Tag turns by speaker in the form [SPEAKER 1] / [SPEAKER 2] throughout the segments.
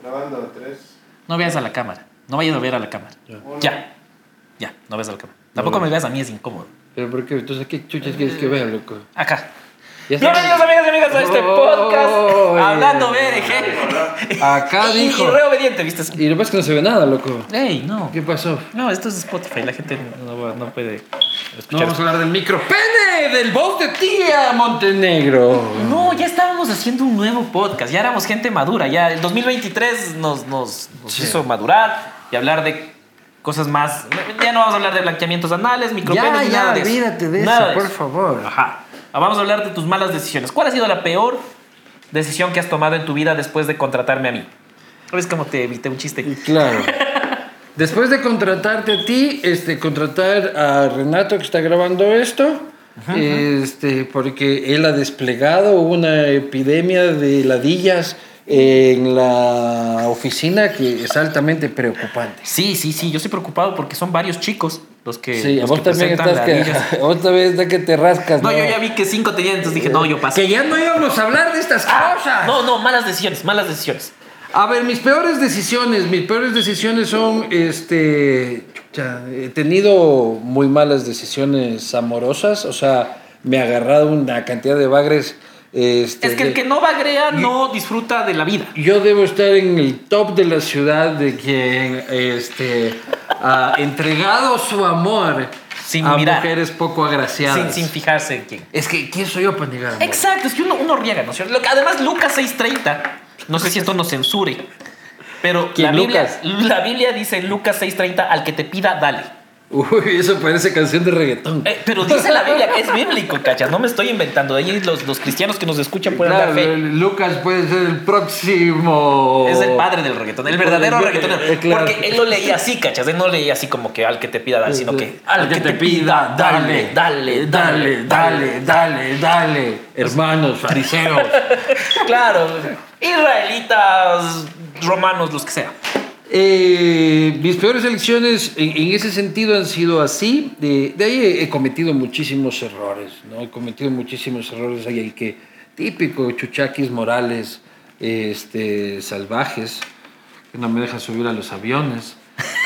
[SPEAKER 1] Contando de tres.
[SPEAKER 2] No veas a la cámara. No vayas a ver a la cámara.
[SPEAKER 1] uno.
[SPEAKER 2] Ya. Ya, no veas a la cámara. Tampoco
[SPEAKER 3] no.
[SPEAKER 2] me veas a mí, es incómodo.
[SPEAKER 3] Pero porque entonces, ¿qué chuchas quieres que vea, loco?
[SPEAKER 2] Acá.
[SPEAKER 3] Ya está.
[SPEAKER 2] Bienvenidos, amigas y amigas, a este
[SPEAKER 3] Oh,
[SPEAKER 2] podcast
[SPEAKER 3] eh.
[SPEAKER 2] hablando BDG.
[SPEAKER 3] Acá
[SPEAKER 2] y,
[SPEAKER 3] dijo.
[SPEAKER 2] Y re obediente, ¿viste?
[SPEAKER 3] Y lo que pasa es que no se ve nada, loco.
[SPEAKER 2] Ey, no.
[SPEAKER 3] ¿Qué pasó?
[SPEAKER 2] No, esto es Spotify. La gente no, va- no puede
[SPEAKER 3] No
[SPEAKER 2] escuchar.
[SPEAKER 3] vamos a hablar del micro pene del voz de tía Montenegro.
[SPEAKER 2] No, ya estábamos haciendo un nuevo podcast. Ya éramos gente madura. Ya el 2023 nos, nos, nos
[SPEAKER 3] Sí.
[SPEAKER 2] hizo madurar y hablar de cosas más. Ya no vamos a hablar de blanqueamientos anales, micropenes, ni nada de eso. Nada de eso.
[SPEAKER 3] favor.
[SPEAKER 2] Ajá. Vamos a hablar de tus malas decisiones. ¿Cuál ha sido la peor decisión que has tomado en tu vida después de contratarme a mí? ¿Sabes cómo te evité un
[SPEAKER 3] Y
[SPEAKER 2] chiste?
[SPEAKER 3] claro. Después de contratarte a ti, este, contratar a Renato que está grabando esto, este, porque él ha desplegado una epidemia de ladillas en la oficina que es altamente preocupante.
[SPEAKER 2] Sí, sí, sí. Yo estoy preocupado porque son varios chicos los que.
[SPEAKER 3] Sí, a
[SPEAKER 2] los
[SPEAKER 3] vos
[SPEAKER 2] que
[SPEAKER 3] también
[SPEAKER 2] presentan
[SPEAKER 3] estás
[SPEAKER 2] ladillas.
[SPEAKER 3] que, otra vez está que te rascas.
[SPEAKER 2] No, yo ya vi que cinco tenían, entonces dije, no, yo paso. Ah,
[SPEAKER 3] Que ya no íbamos a hablar de estas cosas.
[SPEAKER 2] No, no, malas decisiones, malas decisiones.
[SPEAKER 3] A ver, mis peores decisiones, mis peores decisiones son, este, chucha, he tenido muy malas decisiones amorosas, o sea, me ha agarrado una cantidad de bagres. Este,
[SPEAKER 2] Es que el que no bagrea no disfruta de la vida.
[SPEAKER 3] Yo debo estar en el top de la ciudad de quien, este, ha entregado su amor
[SPEAKER 2] Sin
[SPEAKER 3] a
[SPEAKER 2] mirar.
[SPEAKER 3] mujeres poco
[SPEAKER 2] Sin,
[SPEAKER 3] agraciadas.
[SPEAKER 2] sin fijarse en quién.
[SPEAKER 3] Es que, ¿quién soy yo para negar? amor?
[SPEAKER 2] Exacto, es que uno, uno riega, ¿no es cierto? Lo que- Además, Lucas 6.30, no sé si esto nos censure, pero
[SPEAKER 3] ¿Quién,
[SPEAKER 2] la Biblia,
[SPEAKER 3] Lucas?
[SPEAKER 2] la Biblia dice en Lucas 6.30, al que te pida, dale.
[SPEAKER 3] Uy, eso parece canción de reggaetón.
[SPEAKER 2] Eh, pero dice la Biblia, es bíblico, cachas, no me estoy inventando. Ahí los, los cristianos que nos escuchan pueden
[SPEAKER 3] Claro,
[SPEAKER 2] dar fe.
[SPEAKER 3] el- Lucas puede ser el próximo.
[SPEAKER 2] Es el padre del reggaetón, el verdadero
[SPEAKER 3] Eh,
[SPEAKER 2] reggaetón.
[SPEAKER 3] eh, claro.
[SPEAKER 2] Porque él lo leía así, cachas. Él no leía así como que al que te pida, dale, sino que
[SPEAKER 3] al que te pida, dale, dale, dale, dale, dale, dale. Hermanos, fariseos.
[SPEAKER 2] Claro, israelitas, romanos, los que sea.
[SPEAKER 3] Eh, mis peores elecciones en, en ese sentido han sido así. De, de ahí he, he cometido muchísimos errores, ¿no? He cometido muchísimos errores. Hay el que típico, chuchaquis morales, este, salvajes, que no me dejan subir a los aviones.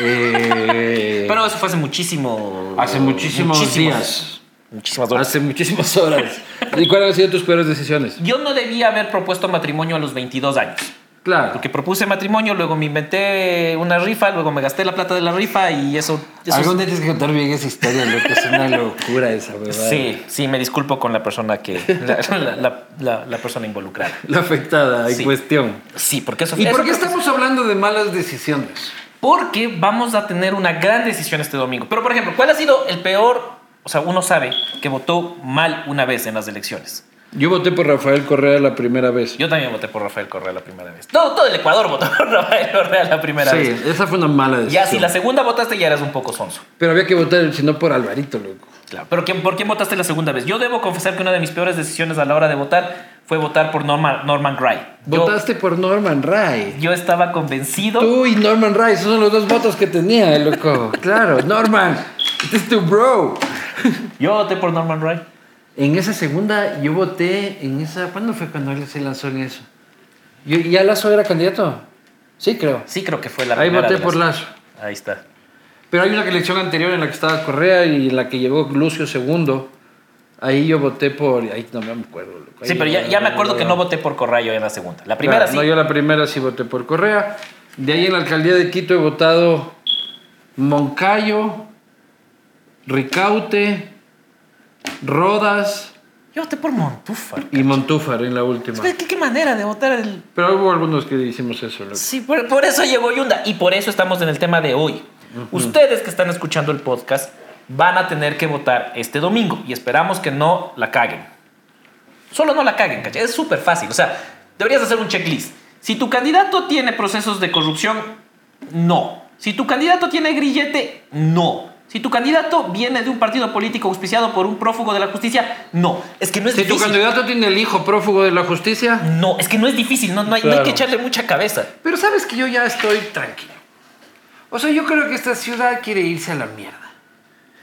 [SPEAKER 3] Eh,
[SPEAKER 2] Pero eso fue hace muchísimo.
[SPEAKER 3] hace muchísimos,
[SPEAKER 2] muchísimos-
[SPEAKER 3] días.
[SPEAKER 2] Muchísimas horas.
[SPEAKER 3] Hace muchísimas horas. ¿Y cuáles han sido tus peores decisiones?
[SPEAKER 2] Yo no debía haber propuesto matrimonio a los 22 años.
[SPEAKER 3] Claro.
[SPEAKER 2] Porque propuse matrimonio, luego me inventé una rifa, luego me gasté la plata de la rifa y eso. eso
[SPEAKER 3] Algún día tienes que contar bien esa historia, loco. Es una locura esa, ¿verdad?
[SPEAKER 2] Sí, sí, me disculpo con la persona que. La, la- la- la- la persona involucrada.
[SPEAKER 3] La afectada en
[SPEAKER 2] Sí.
[SPEAKER 3] cuestión.
[SPEAKER 2] Sí, porque eso
[SPEAKER 3] ¿Y
[SPEAKER 2] eso
[SPEAKER 3] por qué
[SPEAKER 2] creo que-
[SPEAKER 3] estamos hablando de malas decisiones?
[SPEAKER 2] Porque vamos a tener una gran decisión este domingo. Pero, por ejemplo, ¿cuál ha sido el peor? O sea, uno sabe que votó mal una vez en las elecciones.
[SPEAKER 3] Yo voté por Rafael Correa la primera vez.
[SPEAKER 2] Yo también voté por Rafael Correa la primera vez. Todo, todo el Ecuador votó por Rafael Correa la primera
[SPEAKER 3] sí,
[SPEAKER 2] vez.
[SPEAKER 3] esa fue una mala decisión.
[SPEAKER 2] Ya, si la segunda votaste, ya eras un poco sonso.
[SPEAKER 3] Pero había que votar, si no, por Alvarito, loco.
[SPEAKER 2] Claro. Pero ¿quién- ¿por quién votaste la segunda vez? Yo debo confesar que una de mis peores decisiones a la hora de votar fue votar por Norman, Norman Gray. Yo,
[SPEAKER 3] Votaste por Norman Ray.
[SPEAKER 2] yo estaba convencido.
[SPEAKER 3] Tú y Norman Ray, esos son los dos votos que tenía, loco. claro, Norman, este es tu bro.
[SPEAKER 2] Yo voté por Norman Gray.
[SPEAKER 3] En esa segunda, yo voté en esa. ¿Cuándo fue cuando él se lanzó en eso? Yo- ¿Ya Lazo era candidato? Sí, creo.
[SPEAKER 2] Sí, creo que fue la
[SPEAKER 3] Ahí
[SPEAKER 2] primera.
[SPEAKER 3] voté
[SPEAKER 2] de
[SPEAKER 3] por
[SPEAKER 2] las-
[SPEAKER 3] Lazo.
[SPEAKER 2] Ahí está.
[SPEAKER 3] Pero hay una elección anterior en la que estaba Correa y en la que llegó Lucio II. Ahí yo voté por. Ahí no me acuerdo. loco.
[SPEAKER 2] Sí,
[SPEAKER 3] Ahí
[SPEAKER 2] pero ya, ya me acuerdo que no voté por Correa yo en la segunda. La primera
[SPEAKER 3] Claro,
[SPEAKER 2] sí.
[SPEAKER 3] No, yo la primera sí voté por Correa. De ahí en la alcaldía de Quito he votado Moncayo, Ricaute, Rodas
[SPEAKER 2] Yo voté por Montúfar.
[SPEAKER 3] y Montúfar en la última.
[SPEAKER 2] Es que qué manera de votar el...
[SPEAKER 3] Pero hubo algunos que hicimos eso. loco.
[SPEAKER 2] Sí, por, por eso llegó Yunda. Y por eso estamos en el tema de hoy. Ustedes que están escuchando el podcast van a tener que votar este domingo. Y esperamos que no la caguen. Solo no la caguen, ¿cachai? Es súper fácil. O sea, deberías hacer un checklist. Si tu candidato tiene procesos de corrupción, no. Si tu candidato tiene grillete, no. Si tu candidato viene de un partido político auspiciado por un prófugo de la justicia, no. Es que no es
[SPEAKER 3] Si tu
[SPEAKER 2] difícil.
[SPEAKER 3] candidato tiene el hijo prófugo de la justicia.
[SPEAKER 2] No, es que no es difícil, no, no hay, no hay
[SPEAKER 3] Claro.
[SPEAKER 2] que echarle mucha cabeza.
[SPEAKER 3] Pero sabes que yo ya estoy tranquilo. O sea, yo creo que esta ciudad quiere irse a la mierda.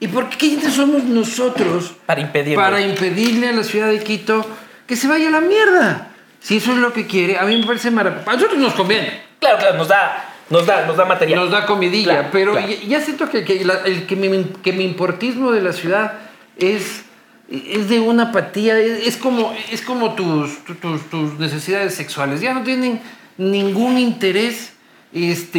[SPEAKER 3] ¿Y por qué quiénes somos nosotros
[SPEAKER 2] Para impedirlo.
[SPEAKER 3] para impedirle a la ciudad de Quito que se vaya a la mierda? Si eso es lo que quiere, a mí me parece maravilloso. A nosotros nos conviene.
[SPEAKER 2] Claro, claro, nos da, nos da, nos da material.
[SPEAKER 3] Nos da comidilla,
[SPEAKER 2] Claro,
[SPEAKER 3] pero
[SPEAKER 2] claro.
[SPEAKER 3] Ya, ya siento que, que la- el, que, mi, que mi importismo de la ciudad es, es de una apatía, es, es como, es como tus, tu- tus, tus necesidades sexuales, ya no tienen ningún interés. Este,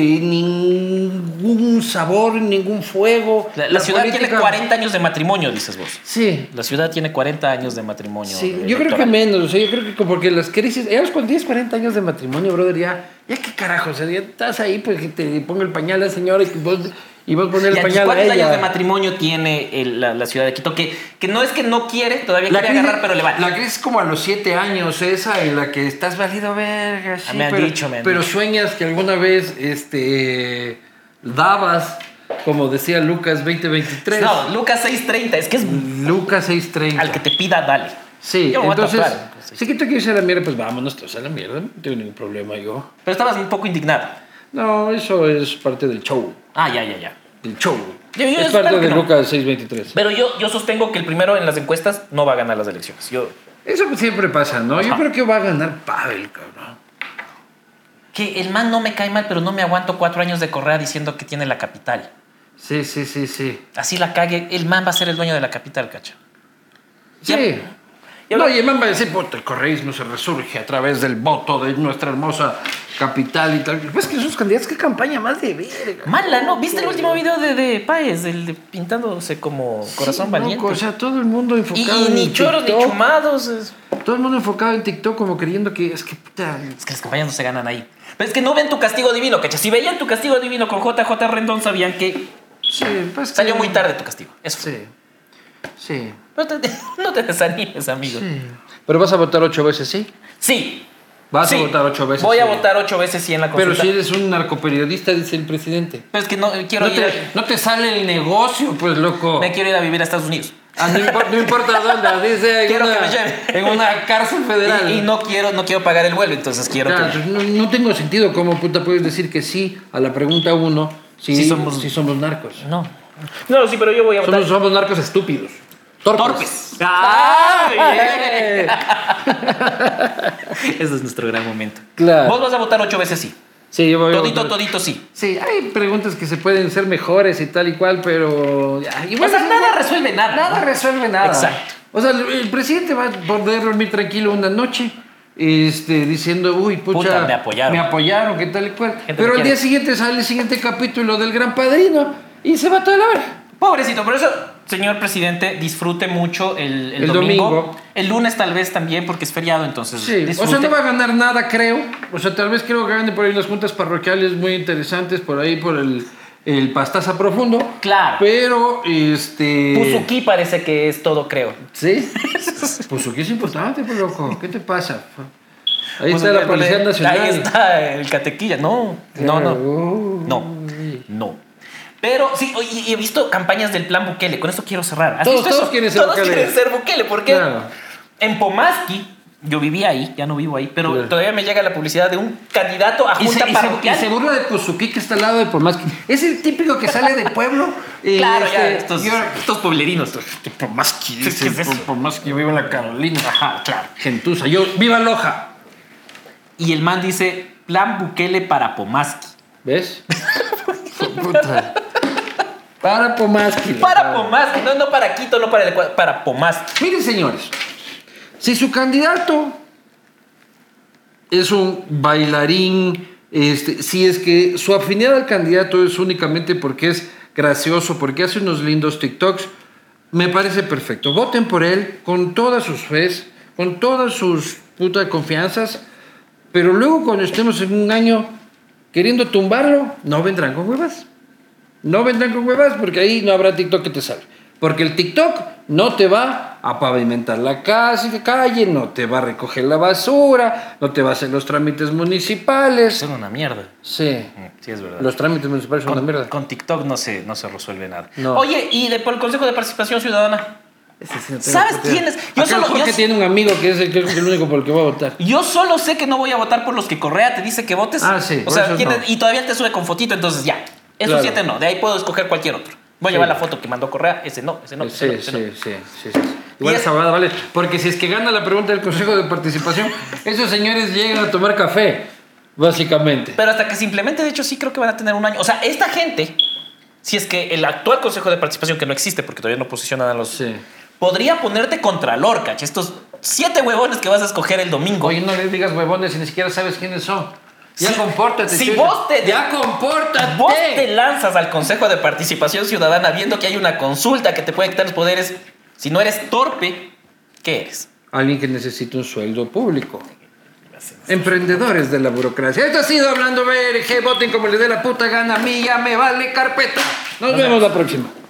[SPEAKER 3] ningún sabor, ningún fuego.
[SPEAKER 2] La, la ciudad tiene
[SPEAKER 3] política-
[SPEAKER 2] 40 años de matrimonio, dices vos.
[SPEAKER 3] Sí,
[SPEAKER 2] La ciudad tiene 40 años de matrimonio. eh,
[SPEAKER 3] Sí, yo creo
[SPEAKER 2] electoral.
[SPEAKER 3] que menos, o sea, yo creo que como que las crisis, ya los con 10, 40 años de matrimonio, brother, ya, ya qué carajo, o sea, ya estás ahí, pues que te pongo el pañal a la señora y que vos, y vos pones
[SPEAKER 2] Y
[SPEAKER 3] el
[SPEAKER 2] aquí,
[SPEAKER 3] pañal a
[SPEAKER 2] ¿Cuántos años de
[SPEAKER 3] ella.
[SPEAKER 2] matrimonio tiene el- la, la ciudad de Quito? Que, que no es que no quiere, todavía
[SPEAKER 3] La
[SPEAKER 2] quiere agarrar, pero le vale.
[SPEAKER 3] la crisis como a los 7 años, esa en la que estás valido verga, sí,
[SPEAKER 2] Ah, me han
[SPEAKER 3] pero,
[SPEAKER 2] dicho, me han
[SPEAKER 3] pero
[SPEAKER 2] dicho.
[SPEAKER 3] sueñas que alguna vez este, dabas, como decía Lucas 2023,
[SPEAKER 2] No, Lucas 630, es que es
[SPEAKER 3] Lucas 630.
[SPEAKER 2] al que te pida, dale.
[SPEAKER 3] Sí,
[SPEAKER 2] Yo me voy a
[SPEAKER 3] entonces,
[SPEAKER 2] tatuar, entonces.
[SPEAKER 3] si que tú quieres ir a la mierda, pues vámonos todos a la mierda, no tengo ningún problema yo.
[SPEAKER 2] Pero estabas un poco indignado.
[SPEAKER 3] No, eso es parte del show.
[SPEAKER 2] Ah, ya, ya, ya.
[SPEAKER 3] Del show.
[SPEAKER 2] Yo- yo-
[SPEAKER 3] es
[SPEAKER 2] espero
[SPEAKER 3] parte
[SPEAKER 2] que
[SPEAKER 3] de
[SPEAKER 2] no.
[SPEAKER 3] Lucas 623.
[SPEAKER 2] Pero yo, yo sostengo que el primero en las encuestas no va a ganar las elecciones. Yo,
[SPEAKER 3] Eso pues siempre pasa, ¿no? Yo
[SPEAKER 2] Ajá.
[SPEAKER 3] creo que va a ganar Pavel, cabrón.
[SPEAKER 2] que el man no me cae mal, pero no me aguanto cuatro años de Correa diciendo que tiene la capital.
[SPEAKER 3] Sí, sí, sí, sí.
[SPEAKER 2] Así la cague, el man va a ser el dueño de la capital, cacho. Ya-
[SPEAKER 3] Sí.
[SPEAKER 2] ya
[SPEAKER 3] no,
[SPEAKER 2] va-
[SPEAKER 3] y el man va a decir, puta, el correísmo se resurge a través del voto de nuestra hermosa capital y tal. Pues que esos candidatos, qué campaña más de verga.
[SPEAKER 2] Mala, ¿no? ¿Viste el último video de, de Páez, el de pintándose como corazón
[SPEAKER 3] Sí,
[SPEAKER 2] valiente?
[SPEAKER 3] loco, o sea, todo el mundo
[SPEAKER 2] y,
[SPEAKER 3] enfocado
[SPEAKER 2] y
[SPEAKER 3] en
[SPEAKER 2] ni choros ni
[SPEAKER 3] TikTok.
[SPEAKER 2] chumados. Es...
[SPEAKER 3] Todo el mundo enfocado en TikTok como creyendo que es que puta,
[SPEAKER 2] es que las campañas no se ganan ahí. Pero es que no ven tu castigo divino, cacho. Si veían tu castigo divino con JJ Rendón, sabían que
[SPEAKER 3] sí, pues que-
[SPEAKER 2] salió muy tarde tu castigo. Eso fue.
[SPEAKER 3] Sí. Sí.
[SPEAKER 2] No te, no te desanimes, amigo. Sí.
[SPEAKER 3] Pero vas a votar ocho veces, ¿sí? Vas a
[SPEAKER 2] Sí.
[SPEAKER 3] votar ocho veces.
[SPEAKER 2] Voy a
[SPEAKER 3] sí.
[SPEAKER 2] votar ocho veces sí en la
[SPEAKER 3] Pero
[SPEAKER 2] consulta.
[SPEAKER 3] si eres un narcoperiodista, dice el presidente.
[SPEAKER 2] Pero es que no eh, quiero
[SPEAKER 3] No
[SPEAKER 2] ir.
[SPEAKER 3] te, no te sale el negocio, pues
[SPEAKER 2] a-
[SPEAKER 3] loco.
[SPEAKER 2] Me quiero ir a vivir a Estados Unidos.
[SPEAKER 3] Ah, no, impor- no importa dónde, dice en
[SPEAKER 2] Quiero que
[SPEAKER 3] una,
[SPEAKER 2] me lleve.
[SPEAKER 3] en una cárcel federal.
[SPEAKER 2] Y, y no quiero, no quiero pagar el vuelo, entonces quiero
[SPEAKER 3] Claro,
[SPEAKER 2] que.
[SPEAKER 3] entonces no, no tengo sentido cómo puta puedes decir que sí a la pregunta uno si,
[SPEAKER 2] Si
[SPEAKER 3] somos,
[SPEAKER 2] somos-
[SPEAKER 3] si somos narcos.
[SPEAKER 2] No. No, sí, pero yo voy a votar.
[SPEAKER 3] Somos, somos narcos estúpidos. Torpes.
[SPEAKER 2] Torpes.
[SPEAKER 3] ¡Ah!
[SPEAKER 2] ¡Ay! Ese es nuestro gran momento.
[SPEAKER 3] Claro.
[SPEAKER 2] Vos vas a votar ocho veces sí.
[SPEAKER 3] Sí, yo voy a
[SPEAKER 2] Todito,
[SPEAKER 3] votar.
[SPEAKER 2] todito sí.
[SPEAKER 3] Sí, hay preguntas que se pueden ser mejores y tal y cual, pero. ya,
[SPEAKER 2] O
[SPEAKER 3] igual
[SPEAKER 2] sea,
[SPEAKER 3] es-
[SPEAKER 2] nada resuelve nada.
[SPEAKER 3] nada resuelve nada.
[SPEAKER 2] Exacto.
[SPEAKER 3] O sea, el, el presidente va a poder dormir tranquilo una noche. Este, diciendo, uy, pucha,
[SPEAKER 2] Puta, me apoyaron.
[SPEAKER 3] Me apoyaron, que tal y cual.
[SPEAKER 2] me
[SPEAKER 3] Pero al
[SPEAKER 2] quiere.
[SPEAKER 3] día siguiente sale el siguiente capítulo del Gran Padrino y se va toda la hora.
[SPEAKER 2] Pobrecito, por eso, señor presidente, disfrute mucho el, el
[SPEAKER 3] El
[SPEAKER 2] domingo.
[SPEAKER 3] domingo.
[SPEAKER 2] El lunes tal vez también, porque es feriado, entonces
[SPEAKER 3] Sí, o
[SPEAKER 2] Pues, disfrute.
[SPEAKER 3] sea, no va a ganar nada, creo. O sea, tal vez creo que gane por ahí unas juntas parroquiales muy interesantes, por ahí por el, el pastaza profundo.
[SPEAKER 2] Claro.
[SPEAKER 3] Pero, este.
[SPEAKER 2] Puzuki parece que es todo, creo.
[SPEAKER 3] Sí. Pues aquí es importante, pues loco. ¿Qué te pasa? Ahí
[SPEAKER 2] Pues,
[SPEAKER 3] está la
[SPEAKER 2] eh,
[SPEAKER 3] Policía
[SPEAKER 2] eh,
[SPEAKER 3] Nacional.
[SPEAKER 2] Ahí está el catequilla. No, no, no.
[SPEAKER 3] Uy.
[SPEAKER 2] No, no. Pero sí, oye, y he visto campañas del plan Bukele. Con eso quiero cerrar. ¿Has
[SPEAKER 3] Todos-
[SPEAKER 2] visto
[SPEAKER 3] todos
[SPEAKER 2] eso?
[SPEAKER 3] quieren ser
[SPEAKER 2] Todos
[SPEAKER 3] Bukele.
[SPEAKER 2] quieren ser Bukele. Porque
[SPEAKER 3] Claro.
[SPEAKER 2] en Pomaski, yo vivía ahí, ya no vivo ahí, pero
[SPEAKER 3] Claro.
[SPEAKER 2] todavía me llega la publicidad de un candidato a
[SPEAKER 3] Y
[SPEAKER 2] junta
[SPEAKER 3] se, y se- y
[SPEAKER 2] parroquial.
[SPEAKER 3] se burla de Pozuki que está al lado de Pomaski. Es el típico que sale de pueblo. y
[SPEAKER 2] Claro, ya,
[SPEAKER 3] este,
[SPEAKER 2] estos,
[SPEAKER 3] y ahora-
[SPEAKER 2] estos pueblerinos.
[SPEAKER 3] Este Pomaski,
[SPEAKER 2] ¿Qué es
[SPEAKER 3] dice,
[SPEAKER 2] eso?
[SPEAKER 3] "Po- Pomaski, yo vivo en la Carolina. Ajá, claro. Gentuza, yo, viva Loja.
[SPEAKER 2] Y el man dice, plan Bukele para Pomaski.
[SPEAKER 3] ¿Ves? Puta. Para Pomaski.
[SPEAKER 2] Para Pomaski,
[SPEAKER 3] Pomaski.
[SPEAKER 2] no, no para Quito, no para el Ecuador, para Pomaski.
[SPEAKER 3] Miren, señores, si su candidato es un bailarín, este, si es que su afinidad al candidato es únicamente porque es gracioso, porque hace unos lindos TikToks, me parece perfecto. Voten por él con todas sus fes, con todas sus putas confianzas, pero luego cuando estemos en un año queriendo tumbarlo, no vendrán con huevas. No vendrán con huevas porque ahí no habrá TikTok que te salve. Porque el TikTok no te va a pavimentar la casa- calle, no te va a recoger la basura, no te va a hacer los trámites municipales.
[SPEAKER 2] Son una mierda. Mm,
[SPEAKER 3] Sí,
[SPEAKER 2] Sí, es verdad.
[SPEAKER 3] los trámites municipales son
[SPEAKER 2] Con,
[SPEAKER 3] una mierda.
[SPEAKER 2] con TikTok no se, no se resuelve nada.
[SPEAKER 3] No.
[SPEAKER 2] Oye, y de, por el Consejo de Participación Ciudadana.
[SPEAKER 3] Ese sí no tengo
[SPEAKER 2] ¿Sabes
[SPEAKER 3] por qué.
[SPEAKER 2] quién es? Yo
[SPEAKER 3] Acá el
[SPEAKER 2] solo, yo,
[SPEAKER 3] Jorge tiene un amigo que es el, que es el único por el que va a votar.
[SPEAKER 2] yo solo sé que no voy a votar por los que Correa te dice que votes.
[SPEAKER 3] Ah, sí,
[SPEAKER 2] O
[SPEAKER 3] por
[SPEAKER 2] sea,
[SPEAKER 3] esos
[SPEAKER 2] ¿quién
[SPEAKER 3] no.
[SPEAKER 2] es? y todavía te sube con fotito, entonces ya. Esos
[SPEAKER 3] Claro.
[SPEAKER 2] siete no. De ahí puedo escoger cualquier otro. Voy a
[SPEAKER 3] Sí.
[SPEAKER 2] llevar la foto que mandó Correa. Ese no, ese no, ese
[SPEAKER 3] sí,
[SPEAKER 2] no,
[SPEAKER 3] sí,
[SPEAKER 2] ese
[SPEAKER 3] sí,
[SPEAKER 2] no.
[SPEAKER 3] sí, sí, sí. Igual
[SPEAKER 2] Y es-
[SPEAKER 3] esa huevada vale. Porque si es que gana la pregunta del Consejo de Participación, esos señores llegan a tomar café. básicamente.
[SPEAKER 2] Pero hasta que simplemente, de hecho, sí creo que van a tener un año. O sea, esta gente, si es que el actual Consejo de Participación, que no existe porque todavía no posicionan a los...
[SPEAKER 3] Sí.
[SPEAKER 2] Podría ponerte contra Lorcach, estos siete huevones que vas a escoger el domingo.
[SPEAKER 3] Oye, no le digas huevones si ni siquiera sabes quiénes son. Ya
[SPEAKER 2] Si-
[SPEAKER 3] compórtate.
[SPEAKER 2] si
[SPEAKER 3] chucho.
[SPEAKER 2] vos te-
[SPEAKER 3] Ya compórtate.
[SPEAKER 2] Vos te lanzas al Consejo de Participación Ciudadana viendo que hay una consulta que te puede quitar los poderes. Si no eres torpe, ¿qué eres?
[SPEAKER 3] Alguien que necesita un sueldo público. Emprendedores de la burocracia. Esto ha sido Hablando BRG. Voten como les dé la puta gana. A mí ya me vale carpeta. Nos vemos la próxima.